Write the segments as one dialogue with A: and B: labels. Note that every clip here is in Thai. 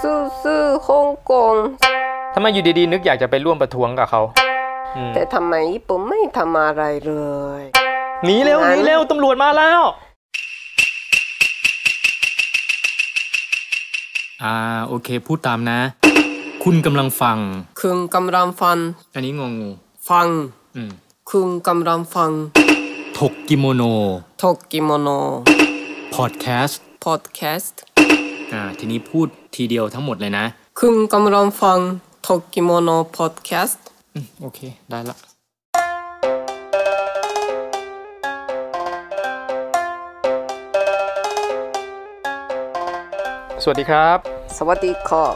A: ซื่อซื่อฮ่องกง
B: ทำไมอยู่ดีๆ นึกอยากจะไปร่วมประท้วงกับเขาอืม
A: แต่ทำไมญี่ปุ่นไม่ทำอะไรเลย
B: หนีเร็ว
A: งั้น
B: หนีเร็วตำรวจมาแล้ว
C: อ่าโอเค พูดตามนะ คุณกำลังฟัง
A: คุณกำลังฟัง
C: อันนี้งงงู
A: ฟัง
C: อืม
A: คุณกำลังฟัง
C: ถกกิโมโน
A: โทกิโมโน
C: พอดแคสต์
A: พอดแคสต์
C: อ่าทีนี้พูดทีเดียวทั้งหมดเลยนะ
A: คุณกำลังฟังโทกิโมโนพอดแคสต์
C: อืมโอเค ได้ละ
B: สวัสดีครับ
A: สวัสดีค่ะ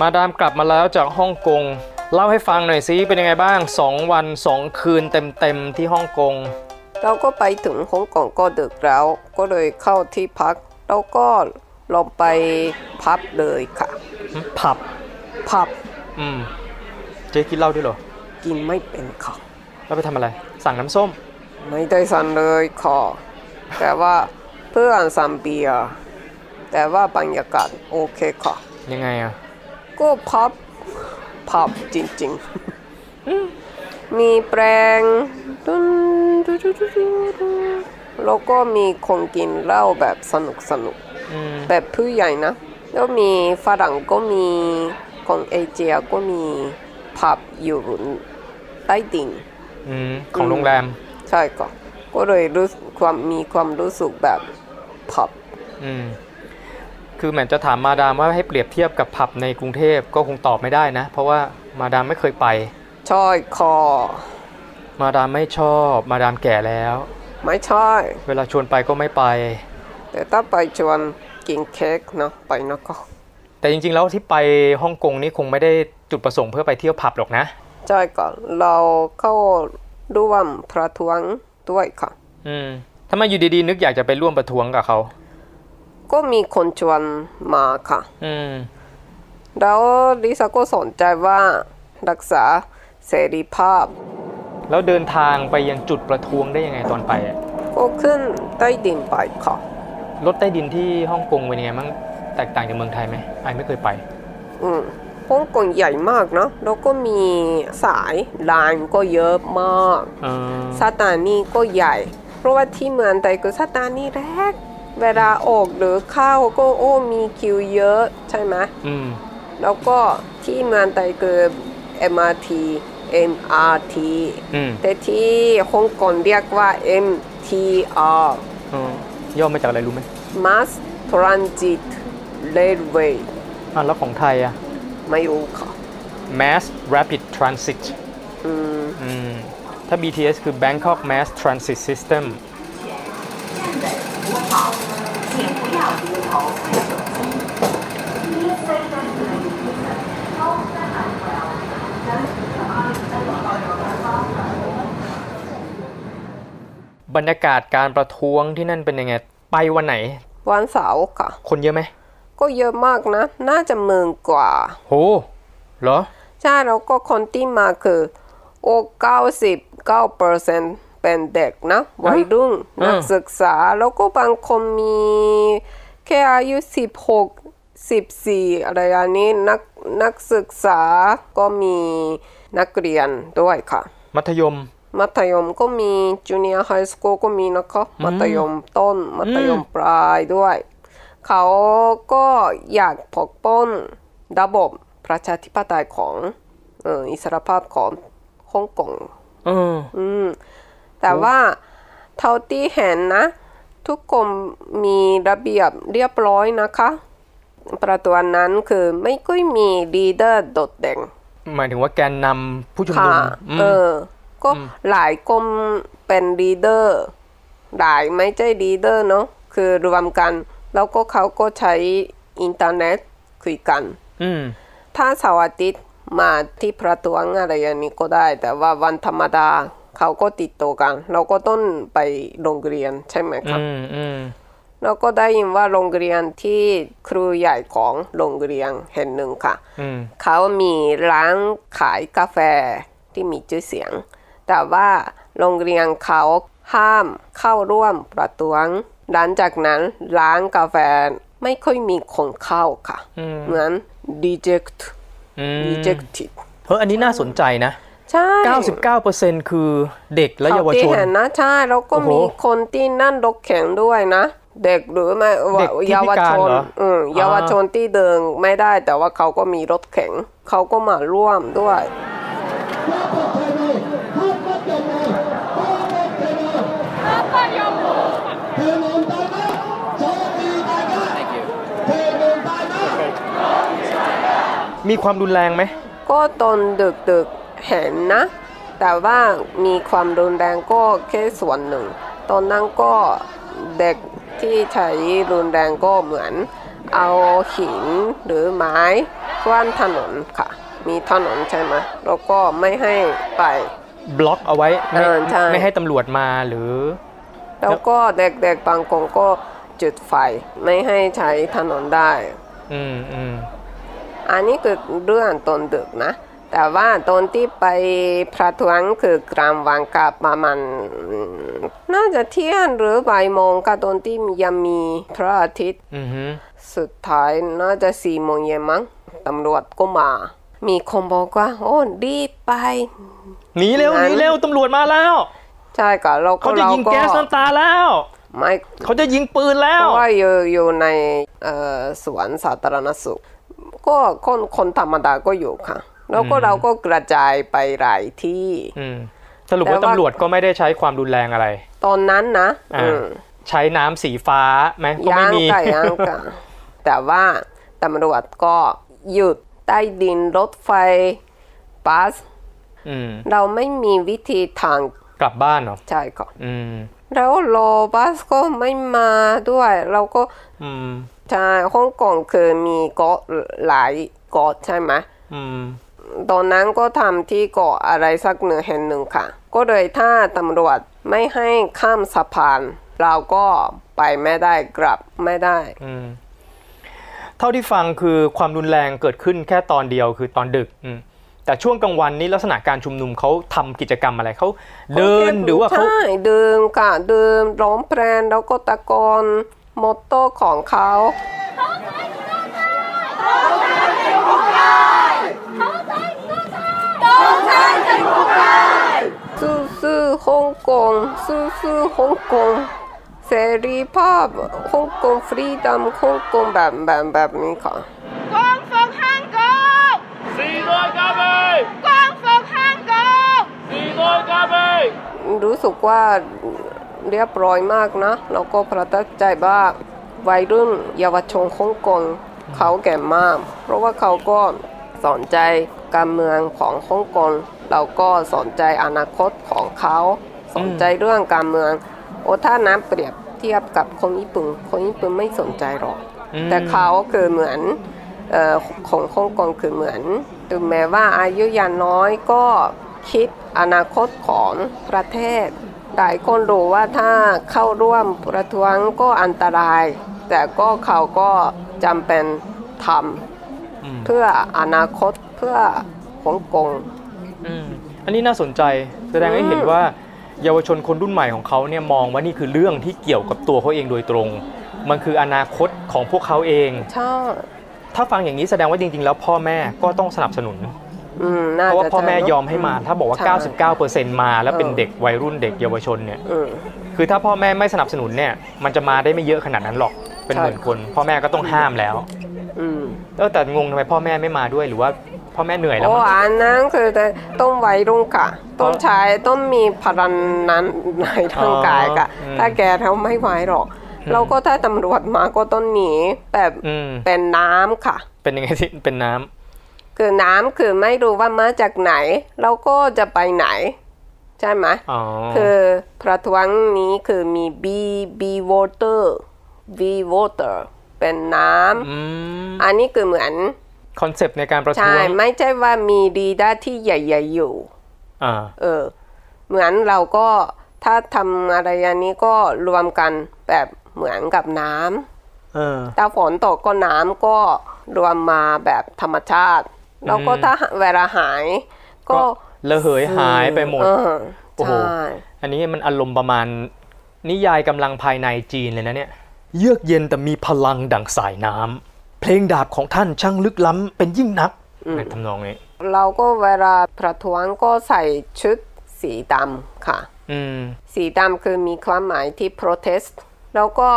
B: มาดามกลับมาแล้วจากฮ่องกง เล่าให้ฟังหน่อยซิเป็นยังไงบ้าง 2 วัน 2 คืนเต็มๆที่ฮ่องกง
A: เราก็ไปถึงฮ่องกงก็ดึกแล้ว ก็เลยเข้าที่พัก แล้วก็ลงไปพับเลยค่ะ
B: ผับ
A: พับ
B: อืม เจ๊กินเหล้าด้วยเหรอ
A: กินไม่เป็นค่ะ
B: แล้วไปทำอะไร สั่งน้ำส้ม
A: ไม่ได้สั่นเลยขอแต่ว่าเพื่อนสั่งเบียร์แต่ว่าบรรยากาศโอเคค่ะ
B: ยังไงอะ
A: ก็พับพับจริงๆ มีแปรงดุนดุดุดุดุดุแล้วก็มีคนกินเหล้าแบบสนุกสนุก
B: อืม
A: ๆแบบผู้ใหญ่นะ แล้วมีฝรั่งก็มีคนเอเชียก็มีพับอยู่ใต้ดิน
B: อืม ของโรงแรม
A: ใช่ก็ก็เลยรู้สึกความมีความรู้สึกแบบผับ
B: อืม คือแหม่มจะถามมาดามว่าให้เปรียบเทียบกับผับในกรุงเทพก็คงตอบไม่ได้นะ เพราะว่ามาดามไม่เคยไป
A: ใช่คอ
B: มาดามไม่ชอบ มาดามแก่แล้ว
A: ไม่ใช่
B: เวลาชวนไปก็ไม่ไป
A: แต่ถ้าไปชวนกินเค้กนะไปนะก็
B: แต่จริงๆ แล้วที่ไปฮ่องกงนี่คงไม่ได้จุดประสงค์เพื่อไปเที่ยวผับหรอกนะ
A: ใช่ก็เราเข้าร่วมประท้วงด้วยค่ะ
B: อืมทำไมอยู่ดีๆ นึกอยากจะไปร่วมประท้วงกับเขา
A: ก็มีคนชวนมาค่ะ
B: อืม
A: แล้วลิซ่าก็สนใจว่ารักษาเสรีภาพ
B: แล้วเดินทางไปยังจุดประท้วงได้ยังไงตอนไปอะ
A: ก็ขึ้นใต้ดินไปค่ะ
B: รถใต้ดินที่ฮ่องกงเป็นยังไงบ้างแตกต่างจากเมืองไทยไหมไอไม่เคยไป
A: อืมฮ่องกงใหญ่มากเนาะแล้วก็มีสายลานก็เยอะมาก
B: เออ
A: สถานีก็ใหญ่ เพราะว่าที่เมืองไทยก็สถานีแรก เวลาออกหรือเข้าก็โอ้มีคิวเยอะใช่ไหม
B: อืม
A: แล้วก็ที่เมืองไทยคือ MRT MRT
B: อืม
A: แต่ที่ฮ่องกงเรียกว่า MTR
B: เออย่อมาจากอะไรรู้ไหม
A: Mass Transit Railway
B: อ่ะแล้วของไทยอะ
A: ไม่รู้ค่ะ
B: Mass Rapid Transit
A: อืม
B: อืม ถ้า BTS คือ Bangkok Mass Transit System บรรยากาศการประท้วงที่นั่นเป็นยังไง ไปวันไหน
A: วันเสาร์ค่ะ
B: คนเยอะไหม
A: ก็เยอะมากนะ น่าจะหมื่นกว่า
B: โห เหรอ
A: ใช่แล้วก็คนที่มาคือโอ99เปอร์เซ็นเป็นเด็กนะ วัยรุ่น
B: อ่านั
A: นักศึกษา แล้วก็บางคนมี แค่อายุ 16 14 อะไรอันนี้นักนักศึกษาก็มีนักเรียนด้วยค่ะ
B: มัธยม
A: มัธยมก็มีจูเนียร์ไฮสคูลก็มีนะคะมัธยมต้น มัธยมปลายด้วย เขาก็อยากปกป้องระบบประชาธิปไตยของเอ่ออิสรภาพของฮ่องกง
B: เออ
A: แต่ว่าเท่าที่เห็นนะ ทุกกรมมีระเบียบเรียบร้อยนะคะ ประตูนั้นคือไม่ค่อยมีลีดเดอร์โดดเด่น
B: หมายถึงว่าแกนนำผู้ชุมนุ
A: ค่ะ
B: มอืม
A: เออ ก็หลายกรมเป็นลีดเดอร์ หลายไม่ใช่ลีดเดอร์เนาะ คือรวมกัน แล้วก็เขาก็ใช้อินเทอร์เน็ตคุยกัน
B: อืม
A: ถ้าเสาร์อาทิตย์มาที่ประท้วงอะไรอย่างนี้ก็ได้ แต่ว่าวันธรรมดาเขาก็ติดตัวกัน เราก็ต้องไปโรงเรียนใช่ไหมครับ
B: อืม อืม
A: แล้วก็ได้ยินว่าโรงเรียนที่ครูใหญ่ของโรงเรียนแห่งหนึ่งค่ะ
B: อืม
A: เขามีร้านขายกาแฟที่มีชื่อเสียง แต่ว่าโรงเรียนเขาห้ามเข้าร่วมประท้วง หลังจากนั้นร้านกาแฟ ไม่ค่อยมีคนเข้าค่ะ
B: อืม
A: เหมือน reject
B: อืม
A: rejected
B: เฮ้ยอันนี้น่าสนใจนะ
A: ใช่
B: 99%คือเด็กและเยาว
A: ข่
B: ช
A: ที่
B: น
A: เห็นนะใช่แล้วก็
B: โอ้โห
A: มีคนที่นั่นรถแข็งด้วยนะ เด็กหรือไม่ว่า
B: เด็กที่
A: เยาวชน
B: พิการเหรอ
A: อืมเยาว
B: อ่า
A: ชนที่เดินไม่ได้แต่ว่าเขาก็มีรถแข็ง เขาก็มาร่วมด้วย
B: มีความรุนแรงไหม
A: ก็ตอนดึกดึกๆเห็นนะ แต่ว่ามีความรุนแรงก็แค่ส่วนหนึ่ง ตอนนั้นก็เด็กที่ใช้รุนแรงก็เหมือน เอาหินหรือไม้กว้านถนนค่ะ มีถนนใช่ไหมแล้วก็ไม่ให้ไป
B: บล็อกเอาไว้ไม่
A: เออใช่
B: ไม่ให้ตำรวจมาหรือ
A: แล้วก็เด็กๆบางคนก็จุดไฟ ไม่ให้ใช้ถนนได้
B: อืมอืม
A: อันนี้คือเรื่องตอนดึกนะ แต่ว่าตอนที่ไปประท้วงคือกลางวันกับประมาณอืมน่าจะเที่ยงหรือบ่ายโมงก็ตอนที่ยังมีพระอาทิตย์
B: อืมฮึ
A: สุดท้ายน่าจะสี่โมงเย็นมั้งตำรวจก็มา มีคนบอกว่า โอ้รีบไป
B: หนีเร็ว
A: งั้น
B: หนีเร็วตำรวจมาแล้ว
A: ใช่ก็เราก็
B: เขาจะ
A: เรา
B: ยิง
A: ก็
B: แก๊สน้ำตาแล้ว
A: ไม่
B: เขาจะยิงปืนแล้
A: เพ
B: ว
A: ราะว่าอยู่อยู่ในเอ่อสวนสาธารณสุข ก็คนคนธรรมดาก็อยู่ค่ะ แล้วก็เราก็กระจายไปหลายที่
B: อืมสรุปว่า
A: แต่ว่า
B: ตำรวจก็ไม่ได้ใช้ความรุนแรงอะไร
A: ตอนนั้นนะ
B: อ่า
A: อืม
B: ใช้น้ำสีฟ้าไหมก็ไม่
A: ย่าง
B: มี
A: ไก่ย่าง ไก่แต่ว่าตำรวจก็หยุดใต้ดินรถไฟบัส
B: อืม
A: เราไม่มีวิธีทาง
B: กลับบ้านเหรอ
A: ใช่ก่อน
B: อืม
A: แล้วรอบัสก็ไม่มาด้วย เราก็
B: อืม
A: ใช่ฮ่องกงคือมีเกาะหลายเกาะใช่ไหม
B: อืม
A: ตอนนั้นก็ทำที่เกาะอะไรสักหนึ่งแห่งหนึ่งค่ะ ก็เลยถ้าตำรวจไม่ให้ข้ามสะพาน เราก็ไปไม่ได้กลับไม่ได้
B: อืมเท่าที่ฟังคือความรุนแรงเกิดขึ้นแค่ตอนเดียวคือตอนดึกอืมแต่ช่วงกลางวันนี้ลักษณะการชุมนุมเขาทำกิจกรรมอะไรเขาเดินหรือว่าเขา
A: ใช่เดินกะเดินร้องเพลงแล้วก็ตะโกนมอตโต้ของเขาสู้สู้ฮ่องกงสู้สู้ฮ่องกงเสรีภาพฮ่องกงฟรีดัมฮ่องกงแบบแบบแบบนี้ค่ะ
D: 光復香港，
E: 時代革命！
D: 光復香港。
E: 時代革命！
A: รู้สึกว่าเรียบร้อยมากนะ แล้วก็ประทับใจว่าวัยรุ่นเยาวชนฮ่องกงเขาแก่งมาก เพราะว่าเขาก็สนใจการเมืองของฮ่องกงแล้วก็สนใจอนาคตของเขาสนใจเรื่องการเมือง โอถ้าน้ำเปรียบเทียบกับคนญี่ปุ่น คนญี่ปุ่นไม่สนใจหรอก
B: อืม
A: แต่เขาคือเหมือนเออของฮ่องกงคือเหมือนถึงแม้ว่าอายุยังน้อยก็คิดอนาคตของประเทศ หลายคนรู้ว่าถ้าเข้าร่วมประท้วงก็อันตราย แต่ก็เขาก็จำเป็นท
B: อืม
A: ำเพื่ออนาคตเพื่อฮ่องกง
B: อืมอันนี้น่าสนใจแสดงให้เห็น
A: อืม
B: ว่าเยาวชนคนรุ่นใหม่ของเขาเนี่ยมองว่านี่คือเรื่องที่เกี่ยวกับตัวเขาเองโดยตรง มันคืออนาคตของพวกเขาเอง
A: ใช่
B: ถ้าฟังอย่างนี้แสดงว่าจริงๆ แล้วพ่อแม่ก็ต้องสนับสนุน
A: อืมน่า
B: เพราะว่า
A: จะ
B: พ่อแม่
A: ใช่เนะ
B: ยอมให้มา ถ้าบอกว่า
A: ใช่
B: 99%มาแล้วเป็น
A: เออ
B: เด็กวัยรุ่นเด็กเยาวชนเนี่ย
A: อืม
B: คือถ้าพ่อแม่ไม่สนับสนุนเนี่ยมันจะมาได้ไม่เยอะขนาดนั้นหรอกเป็นหมื่นคน พ่อแม่ก็ต้องห้ามแล้ว
A: อืม
B: เออแต่งงทำไมพ่อแม่ไม่มาด้วยหรือว่าพ่อแม่เหนื่อยแล้ว
A: โอ้
B: มั้ง
A: อันนั้นคือแต่ต้องไว้รุ่งกะต้องใช้ต้องมีพลังนั้นในร่างกายกะ
B: อ๋ออืม
A: ถ้าแกทำไม่ไหวหรอก เราก็ถ้าตำรวจมาก็ต้องหนีแบบ
B: อืม
A: เป็นน้ำค่ะ
B: เป็นยังไงที่เป็นน้ำ
A: คือน้ำคือไม่รู้ว่ามาจากไหน เราก็จะไปไหน ใช่ไหม
B: อ๋อ
A: คือประท้วงนี้คือมี B B water B water เป็นน้
B: อืม
A: ำอันนี้คือเหมือน
B: คอนเซปต์ในการประ
A: ใช่
B: ท้วง
A: ไม่ใช่ว่ามีดีด้าที่ใหญ่ๆอยู่
B: อ่า
A: เออเหมือนเราก็ถ้าทำอะไรอย่างนี้ก็รวมกันแบบเหมือนกับน้
B: เออ
A: ำถ้าฝนตกก็น้ำก็รวมมาแบบธรรมชาติ แล้วก็ถ้าเวลาหายก็
B: ก็ระเหยหายไปหมด
A: เออ
B: โอ้โห
A: ใช่
B: อันนี้มันอารมณ์ประมาณนิยายกำลังภายในจีนเลยนะเนี่ย เยือกเย็นแต่มีพลังดั่งสายน้ำเพลงดาบของท่านช่างลึกล้ำเป็นยิ่งนักในทำนองนี้
A: เราก็เวลาประท้วงก็ใส่ชุดสีดำค่ะ
B: อืม
A: สีดำคือมีความหมายที่ protest แล้วก็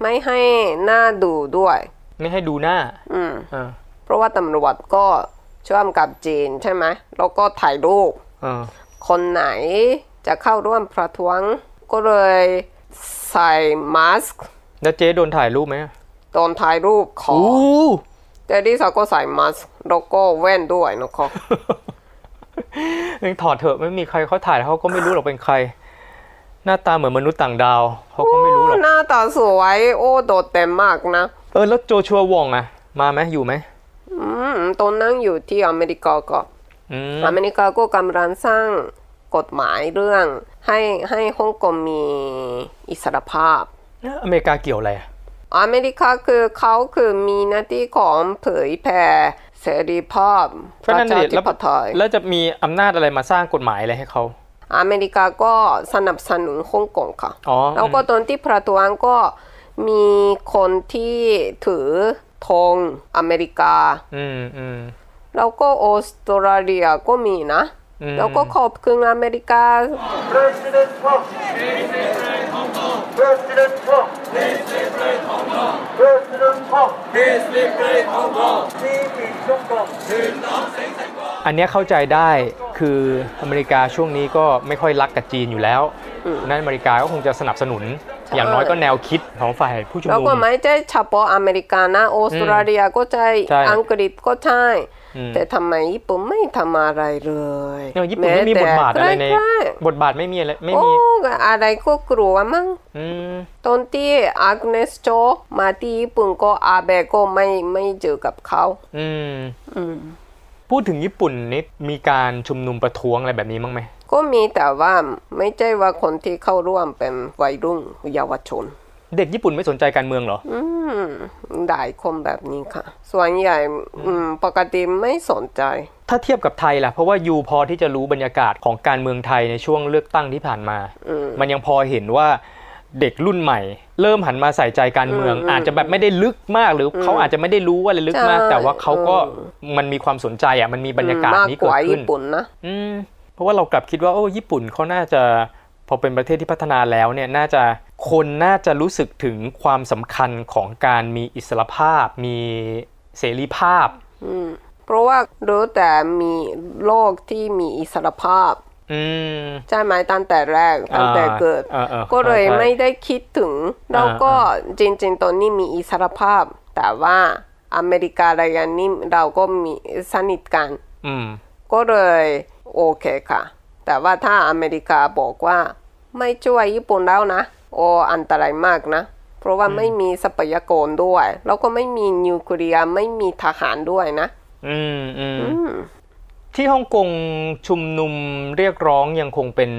A: ไม่ให้หน้าดูด้วย
B: ไม่ให้ดูหน้า
A: อืม
B: อ่า
A: เพราะว่าตำรวจก็ช่วมกับจีนใช่ไหม แล้วก็ถ่ายรูป
B: อ่า
A: คนไหนจะเข้าร่วมประท้วง ก็เลยใส่มาสก์
B: แล้วเจ๊โดนถ่ายรูปไหมอะ
A: ตอนถ่ายรูปขอ
B: โอ้
A: แต่ดิฉันก็ใส่มาสก์แล้วก็แว่นด้วยนะคะ
B: ยังถอดเถอะไม่มีใครเขาถ่ายเขาก็ไม่รู้หรอกเป็นใคร หน้าตาเหมือนมนุษย์ต่างดาวเขาก็ไม่รู้หรอก
A: หน้าตาสวย โอ้โดดเต็มมากนะ
B: เออแล้วโจชัววองอะมาไหมอยู่ไหม
A: อืมตอนนั่งอยู่ที่อเมริกาก็
B: อืม
A: อเมริกาก็กำลังสร้างกฎหมายเรื่องให้ให้ฮ่องกงมีอิสรภาพ
B: อเมริกาเกี่ยวอะไรอะ
A: อเมริกาคือเขาคือมีหน้าที่ของเผยแผ่เสรีภาพป
B: ก็
A: ระ
B: นั่น
A: ชา
B: ดิ
A: ธิ
B: แล้ว
A: ปไตย
B: แล้วจะมีอำนาจอะไรมาสร้างกฎหมายอะไรให้เขา
A: อเมริกาก็สนับสนุนฮ่องกงค่ะ
B: อ๋อ
A: แล้วก็ตอนที่ประท้วงก็มีคนที่ถือธงอเมริกา
B: อืมอืม
A: แล้วก็ออสเตรเลียก็มีนะ
B: อืม
A: แล้วก็ขอบคุณอเมริกา
F: President Trump. President Trump. President Trump. Peace be upon Hong Kong.
B: อันเนี้ยเข้าใจได้คืออเมริกาช่วงนี้ก็ไม่ค่อยรักกับจีนอยู่แล้วนั่นอเมริกาก็คงจะสนับสนุน อย่างน้อยก็แนวคิดของฝ่ายผู้ชุม
A: แล้ว
B: นุม
A: ก็ไม่ใช่เฉพาะอเมริกานะออสเตรเลียก็ใช่
B: ใช่
A: อังกฤษก็ใช่
B: อืม
A: แต่ทำไมญี่ปุ่นไม่ทำอะไรเลย
B: เออญี่ปุ่นไม่มีบทบาทอะไรใน
A: แม้แต่
B: บทบาทไม่มีอะไร
A: ใกล้ๆ
B: ไม่
A: โอ้
B: มี
A: อะไรก็กลัวมั้ง
B: อืม
A: ตอนที่อาร์เนสโจมาที่ญี่ปุ่นก็อาเบะก็ไม่ไม่เจอกับเขา
B: อืม
A: อืม
B: พูดถึงญี่ปุ่นนี่มีการชุมนุมประท้วงอะไรแบบนี้มั้างไหม
A: ก็มีแต่ว่าไม่ใช่ว่าคนที่เข้าร่วมเป็นวัยรุ่นเยาวชน
B: เด็กญี่ปุ่นไม่สนใจการเมืองเหรอ
A: อืมหลายคนแบบนี้ค่ะ ส่วนใหญ่อืมปกติไม่สนใจ
B: ถ้าเทียบกับไทยล่ะ เพราะว่ายูพอที่จะรู้บรรยากาศของการเมืองไทยในช่วงเลือกตั้งที่ผ่านมา มันยังพอเห็นว่าเด็กรุ่นใหม่ เริ่มหันมาใส่ใจการเมือง อาจจะแบบไม่ได้ลึกมากหรืออเขาอาจจะไม่ได้รู้ว่าอะไรลึกมาก
A: ใช่
B: แต่ว่าเขาก็มันมีความสนใจอ่ะมันมีบรรยากาศ
A: มากก
B: นี้เกิด
A: ว่า
B: ขึ้
A: ญี่
B: น
A: ปุ่นนะ
B: อืมเพราะว่าเรากลับคิดว่าโอ้ญี่ปุ่นเขาน่าจะพอเป็นประเทศที่พัฒนาแล้วเนี่ยน่าจะคนน่าจะรู้สึกถึงความสำคัญของการมีอิสรภาพ มีเสรีภาพ
A: เพราะว่ารู้แต่มีโลกที่มีอิสรภาพ
B: อืม
A: ใช่ไหมตั้งแต่แรกตั้งแต่เกิด
B: อ่าอ่าอ่า
A: ก็เลย
B: ใช่ใช่
A: ไม่ได้คิดถึง แล้วก็จริงๆตอนนี้มีอิสรภาพ แต่ว่าอเมริกาอะไรอย่างนี้เราก็มีสนิทกัน
B: อืม
A: ก็เลยโอเคค่ะ แต่ว่าถ้าอเมริกาบอกว่าไม่ช่วยญี่ปุ่นแล้วนะ โออันตรายมากนะ เพราะว่าไม่มีทรัพยากรด้วย แล้วก็ไม่มีนิวเคลียร์ไม่มีทหารด้วยนะ
B: อืมอืมที่ฮ่องกงชุมนุมเรียกร้องยังคงเป็น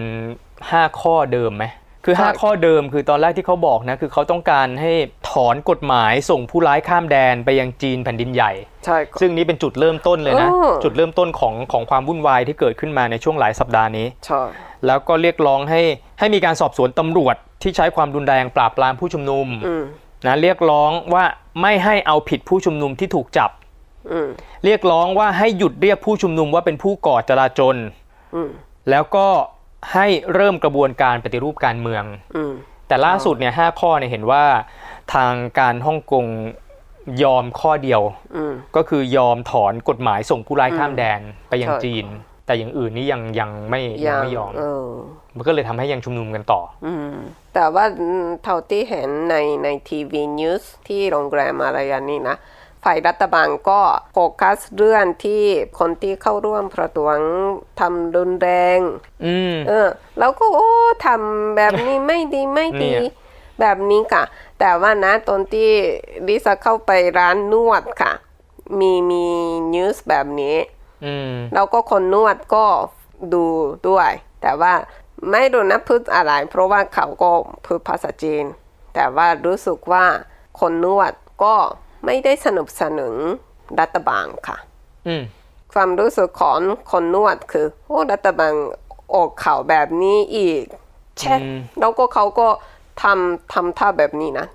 B: 5 ข้อเดิมไหมคือ
A: ใช่
B: 5 ข้อเดิมคือตอนแรกที่เขาบอกนะ คือเขาต้องการให้ถอนกฎหมายส่งผู้ร้ายข้ามแดนไปยังจีนแผ่นดินใหญ่
A: ใช่ค่ะ
B: ซึ่งนี้เป็นจุดเริ่มต้นเลยนะ
A: โอ้
B: จุดเริ่มต้นของของความวุ่นวายที่เกิดขึ้นมาในช่วงหลายสัปดาห์นี้
A: ใช่
B: แล้วก็เรียกร้องให้ให้มีการสอบสวนตำรวจที่ใช้ความรุนแรงปราบปรามผู้ชุมนุม
A: อืม
B: นะเรียกร้องว่าไม่ให้เอาผิดผู้ชุมนุมที่ถูกจับ
A: อืม
B: เรียกร้องว่าให้หยุดเรียกผู้ชุมนุมว่าเป็นผู้ก่อจลาจล
A: อืม
B: แล้วก็ให้เริ่มกระบวนการปฏิรูปการเมือง
A: อืม
B: แต่ล่าสุดเนี่ยห้าข้อเนี่ยเห็นว่าทางการฮ่องกงยอมข้อเดียว
A: อืม
B: ก็คือยอมถอนกฎหมายส่งผู้ร้ายข้ามแดนไปยัง
A: ใช่
B: จีน แต่อย่างอื่นนี่ยังยังไม่ยังไม่ยอม
A: เออ
B: มันก็เลยทำให้ยังชุมนุมกันต่อ
A: อืม แต่ว่าเท่าที่เห็นในในทีวีนิวส์ที่โรงแรมอะไรอย่างนี้นะ ฝ่ายรัฐบาลก็โฟกัสเรื่องที่คนที่เข้าร่วมประท้วงทำรุนแรง
B: อืม
A: เออ แล้วก็โอ้ทำแบบนี้ไม่ดีไม่ดี
B: เนี่ย
A: แบบนี้ค่ะ แต่ว่านะตอนที่ลิซ่าเข้าไปร้านนวดค่ะ มีมีนิวส์แบบนี้
B: อืม
A: แล้วก็คนนวดก็ดูด้วย แต่ว่าไม่รู้นะพูดอะไรเพราะว่าเขาก็พูดภาษาจีน แต่ว่ารู้สึกว่าคนนวดก็ไม่ได้สนับสนุนรัฐบาลค่ะ
B: อืม
A: ความรู้สึกของคนนวดคือโอ้รัฐบาลออกข่าวแบบนี้อีกเช็ด
B: อืม
A: แล้วก็เขาก็ทำทำท่าแบบนี้นะ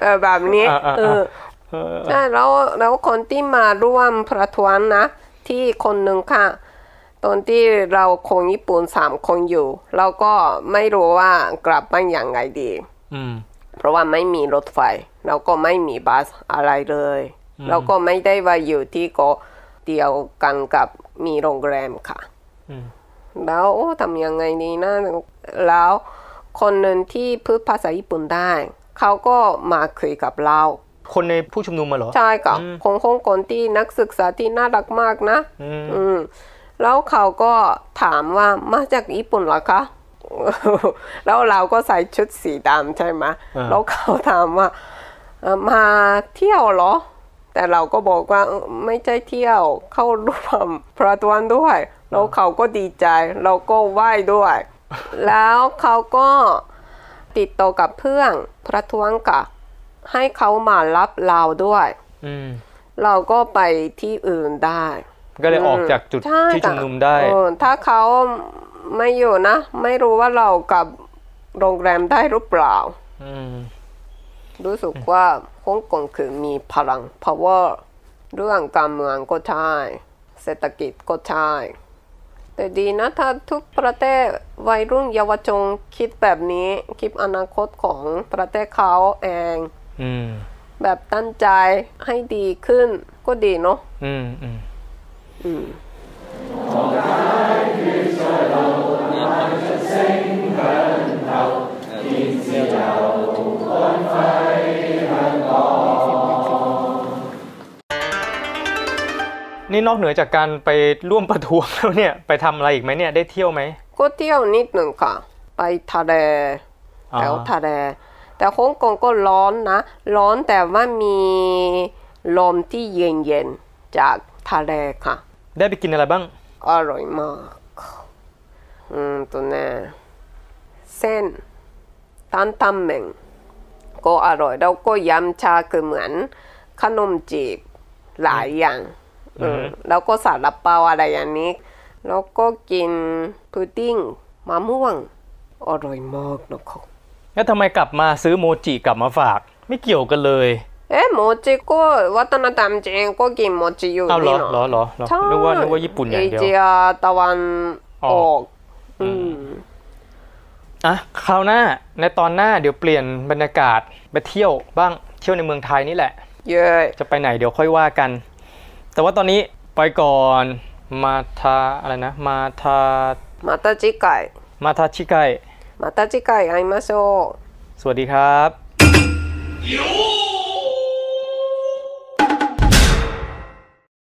A: เออแบบนี้
B: อ่าอ่าอ่า
A: เออ
B: เออ
A: ใช่แล้วแล้วคนที่มาร่วมประท้วงนะ ที่คนหนึ่งค่ะ ตอนที่เราคนญี่ปุ่นสามคนอยู่เราก็ไม่รู้ว่ากลับบ้านอย่างไงดี
B: อืม
A: เพราะว่าไม่มีรถไฟ แล้วก็ไม่มีบัสอะไรเลย แล้วก็ไม่ได้ว่าอยู่ที่เกาะเดียวกันกับมีโรงแรมค่ะ
B: อืม
A: แล้วโอ้ทำยังไงดีนะ แล้วคนหนึ่งที่พูดภาษาญี่ปุ่นได้ เขาก็มาคุยกับเรา
B: คนในผู้ชุมนุมมาเหรอ
A: ใช่ค่ะ
B: อืม
A: ของฮ่องกงที่นักศึกษาที่น่ารักมากนะ
B: อืม
A: อืม แล้วเขาก็ถามว่ามาจากญี่ปุ่นเหรอคะ แล้วเราก็ใส่ชุดสีดำใช่ไหมแล้วเขาถามว่าเอ่อมาเที่ยวเหรอ แต่เราก็บอกว่าเอ่อไม่ใช่เที่ยว เข้าร่วม ประท้วงด้วย แล้วเขาก็ดีใจ เราก็ไหว้ด้วย แล้วเขาก็ติดต่อกับเพื่อนประท้วงกะ ให้เขามารับเราด้วย
B: อืม
A: เราก็ไปที่อื่นได้
B: ก็เลยออกจากจุด
A: ใช่
B: ที่ชุม
A: ค่ะ
B: นุมได้
A: เออถ้าเขาไม่อยู่นะ ไม่รู้ว่าเรากลับโรงแรมได้หรือเปล่า
B: อืม
A: รู้สึกว่าฮ่องกงคือมีพลัง power เรื่องการเมืองก็ใช่ เศรษฐกิจก็ใช่ แต่ดีนะถ้าทุกประเทศวัยรุ่นเยาวชนคิดแบบนี้ คิดอนาคตของประเทศเขาเอง
B: อืม
A: แบบตั้งใจให้ดีขึ้นก็ดีเนาะ
B: อืมอืมนี่นอกเหนือจากการไปร่วมประท้วงแล้วเนี่ย ไปทำอะไรอีกไหมเนี่ย ได้เที่ยวไหม
A: ก็เที่ยวนิดหนึ่งค่ะ ไปทะเล
B: อ่า
A: แถวทะเลแต่ฮ่องกงก็ร้อนนะ ร้อนแต่ว่ามีลมที่เย็นๆ จากทะเลค่ะ
B: ได้ไปกินอะไรบ้าง
A: อร่อยมาก อืมตัวเนี้เส้นตันตัมเมงก็อร่อยแล้วก็ยำชาคือเหมือนขนมจีบหลายอย่างอืมแล้วก็สาลาเปาอะไรอย่างนี้ แล้วก็กินพุดดิ้งมะม่วง อร่อยมากนะครับ
B: แล้วทำไมกลับมาซื้อโมจิกลับมาฝาก ไม่เกี่ยวกันเลย
A: เอ๊ะโมจิก็วัฒนธรรมจีนก็กินโมจิอยู่
B: เอาเหรอ
A: นี่
B: เหรอ
A: เนาะ
B: เหรอเหรอ
A: ใช่
B: นึกว่านึกว่าญี่ปุ่นอย่างเดียว
A: เจียตะวันอ
B: อ
A: อ
B: อก
A: ก อืม
B: อ่ะคราวหน้าในตอนหน้าเดี๋ยวเปลี่ยนบรรยากาศไปเที่ยวบ้างเที่ยวในเมืองไทยนี่แหละ
A: เย้
B: จะไปไหนเดี๋ยวค่อยว่ากัน แต่ว่าตอนนี้ไปก่อนมาทาอะไรนะ มาทา
A: また次回
B: มาทาชิไก
A: また次回会いましょう
B: สวัสดีครับ
E: よー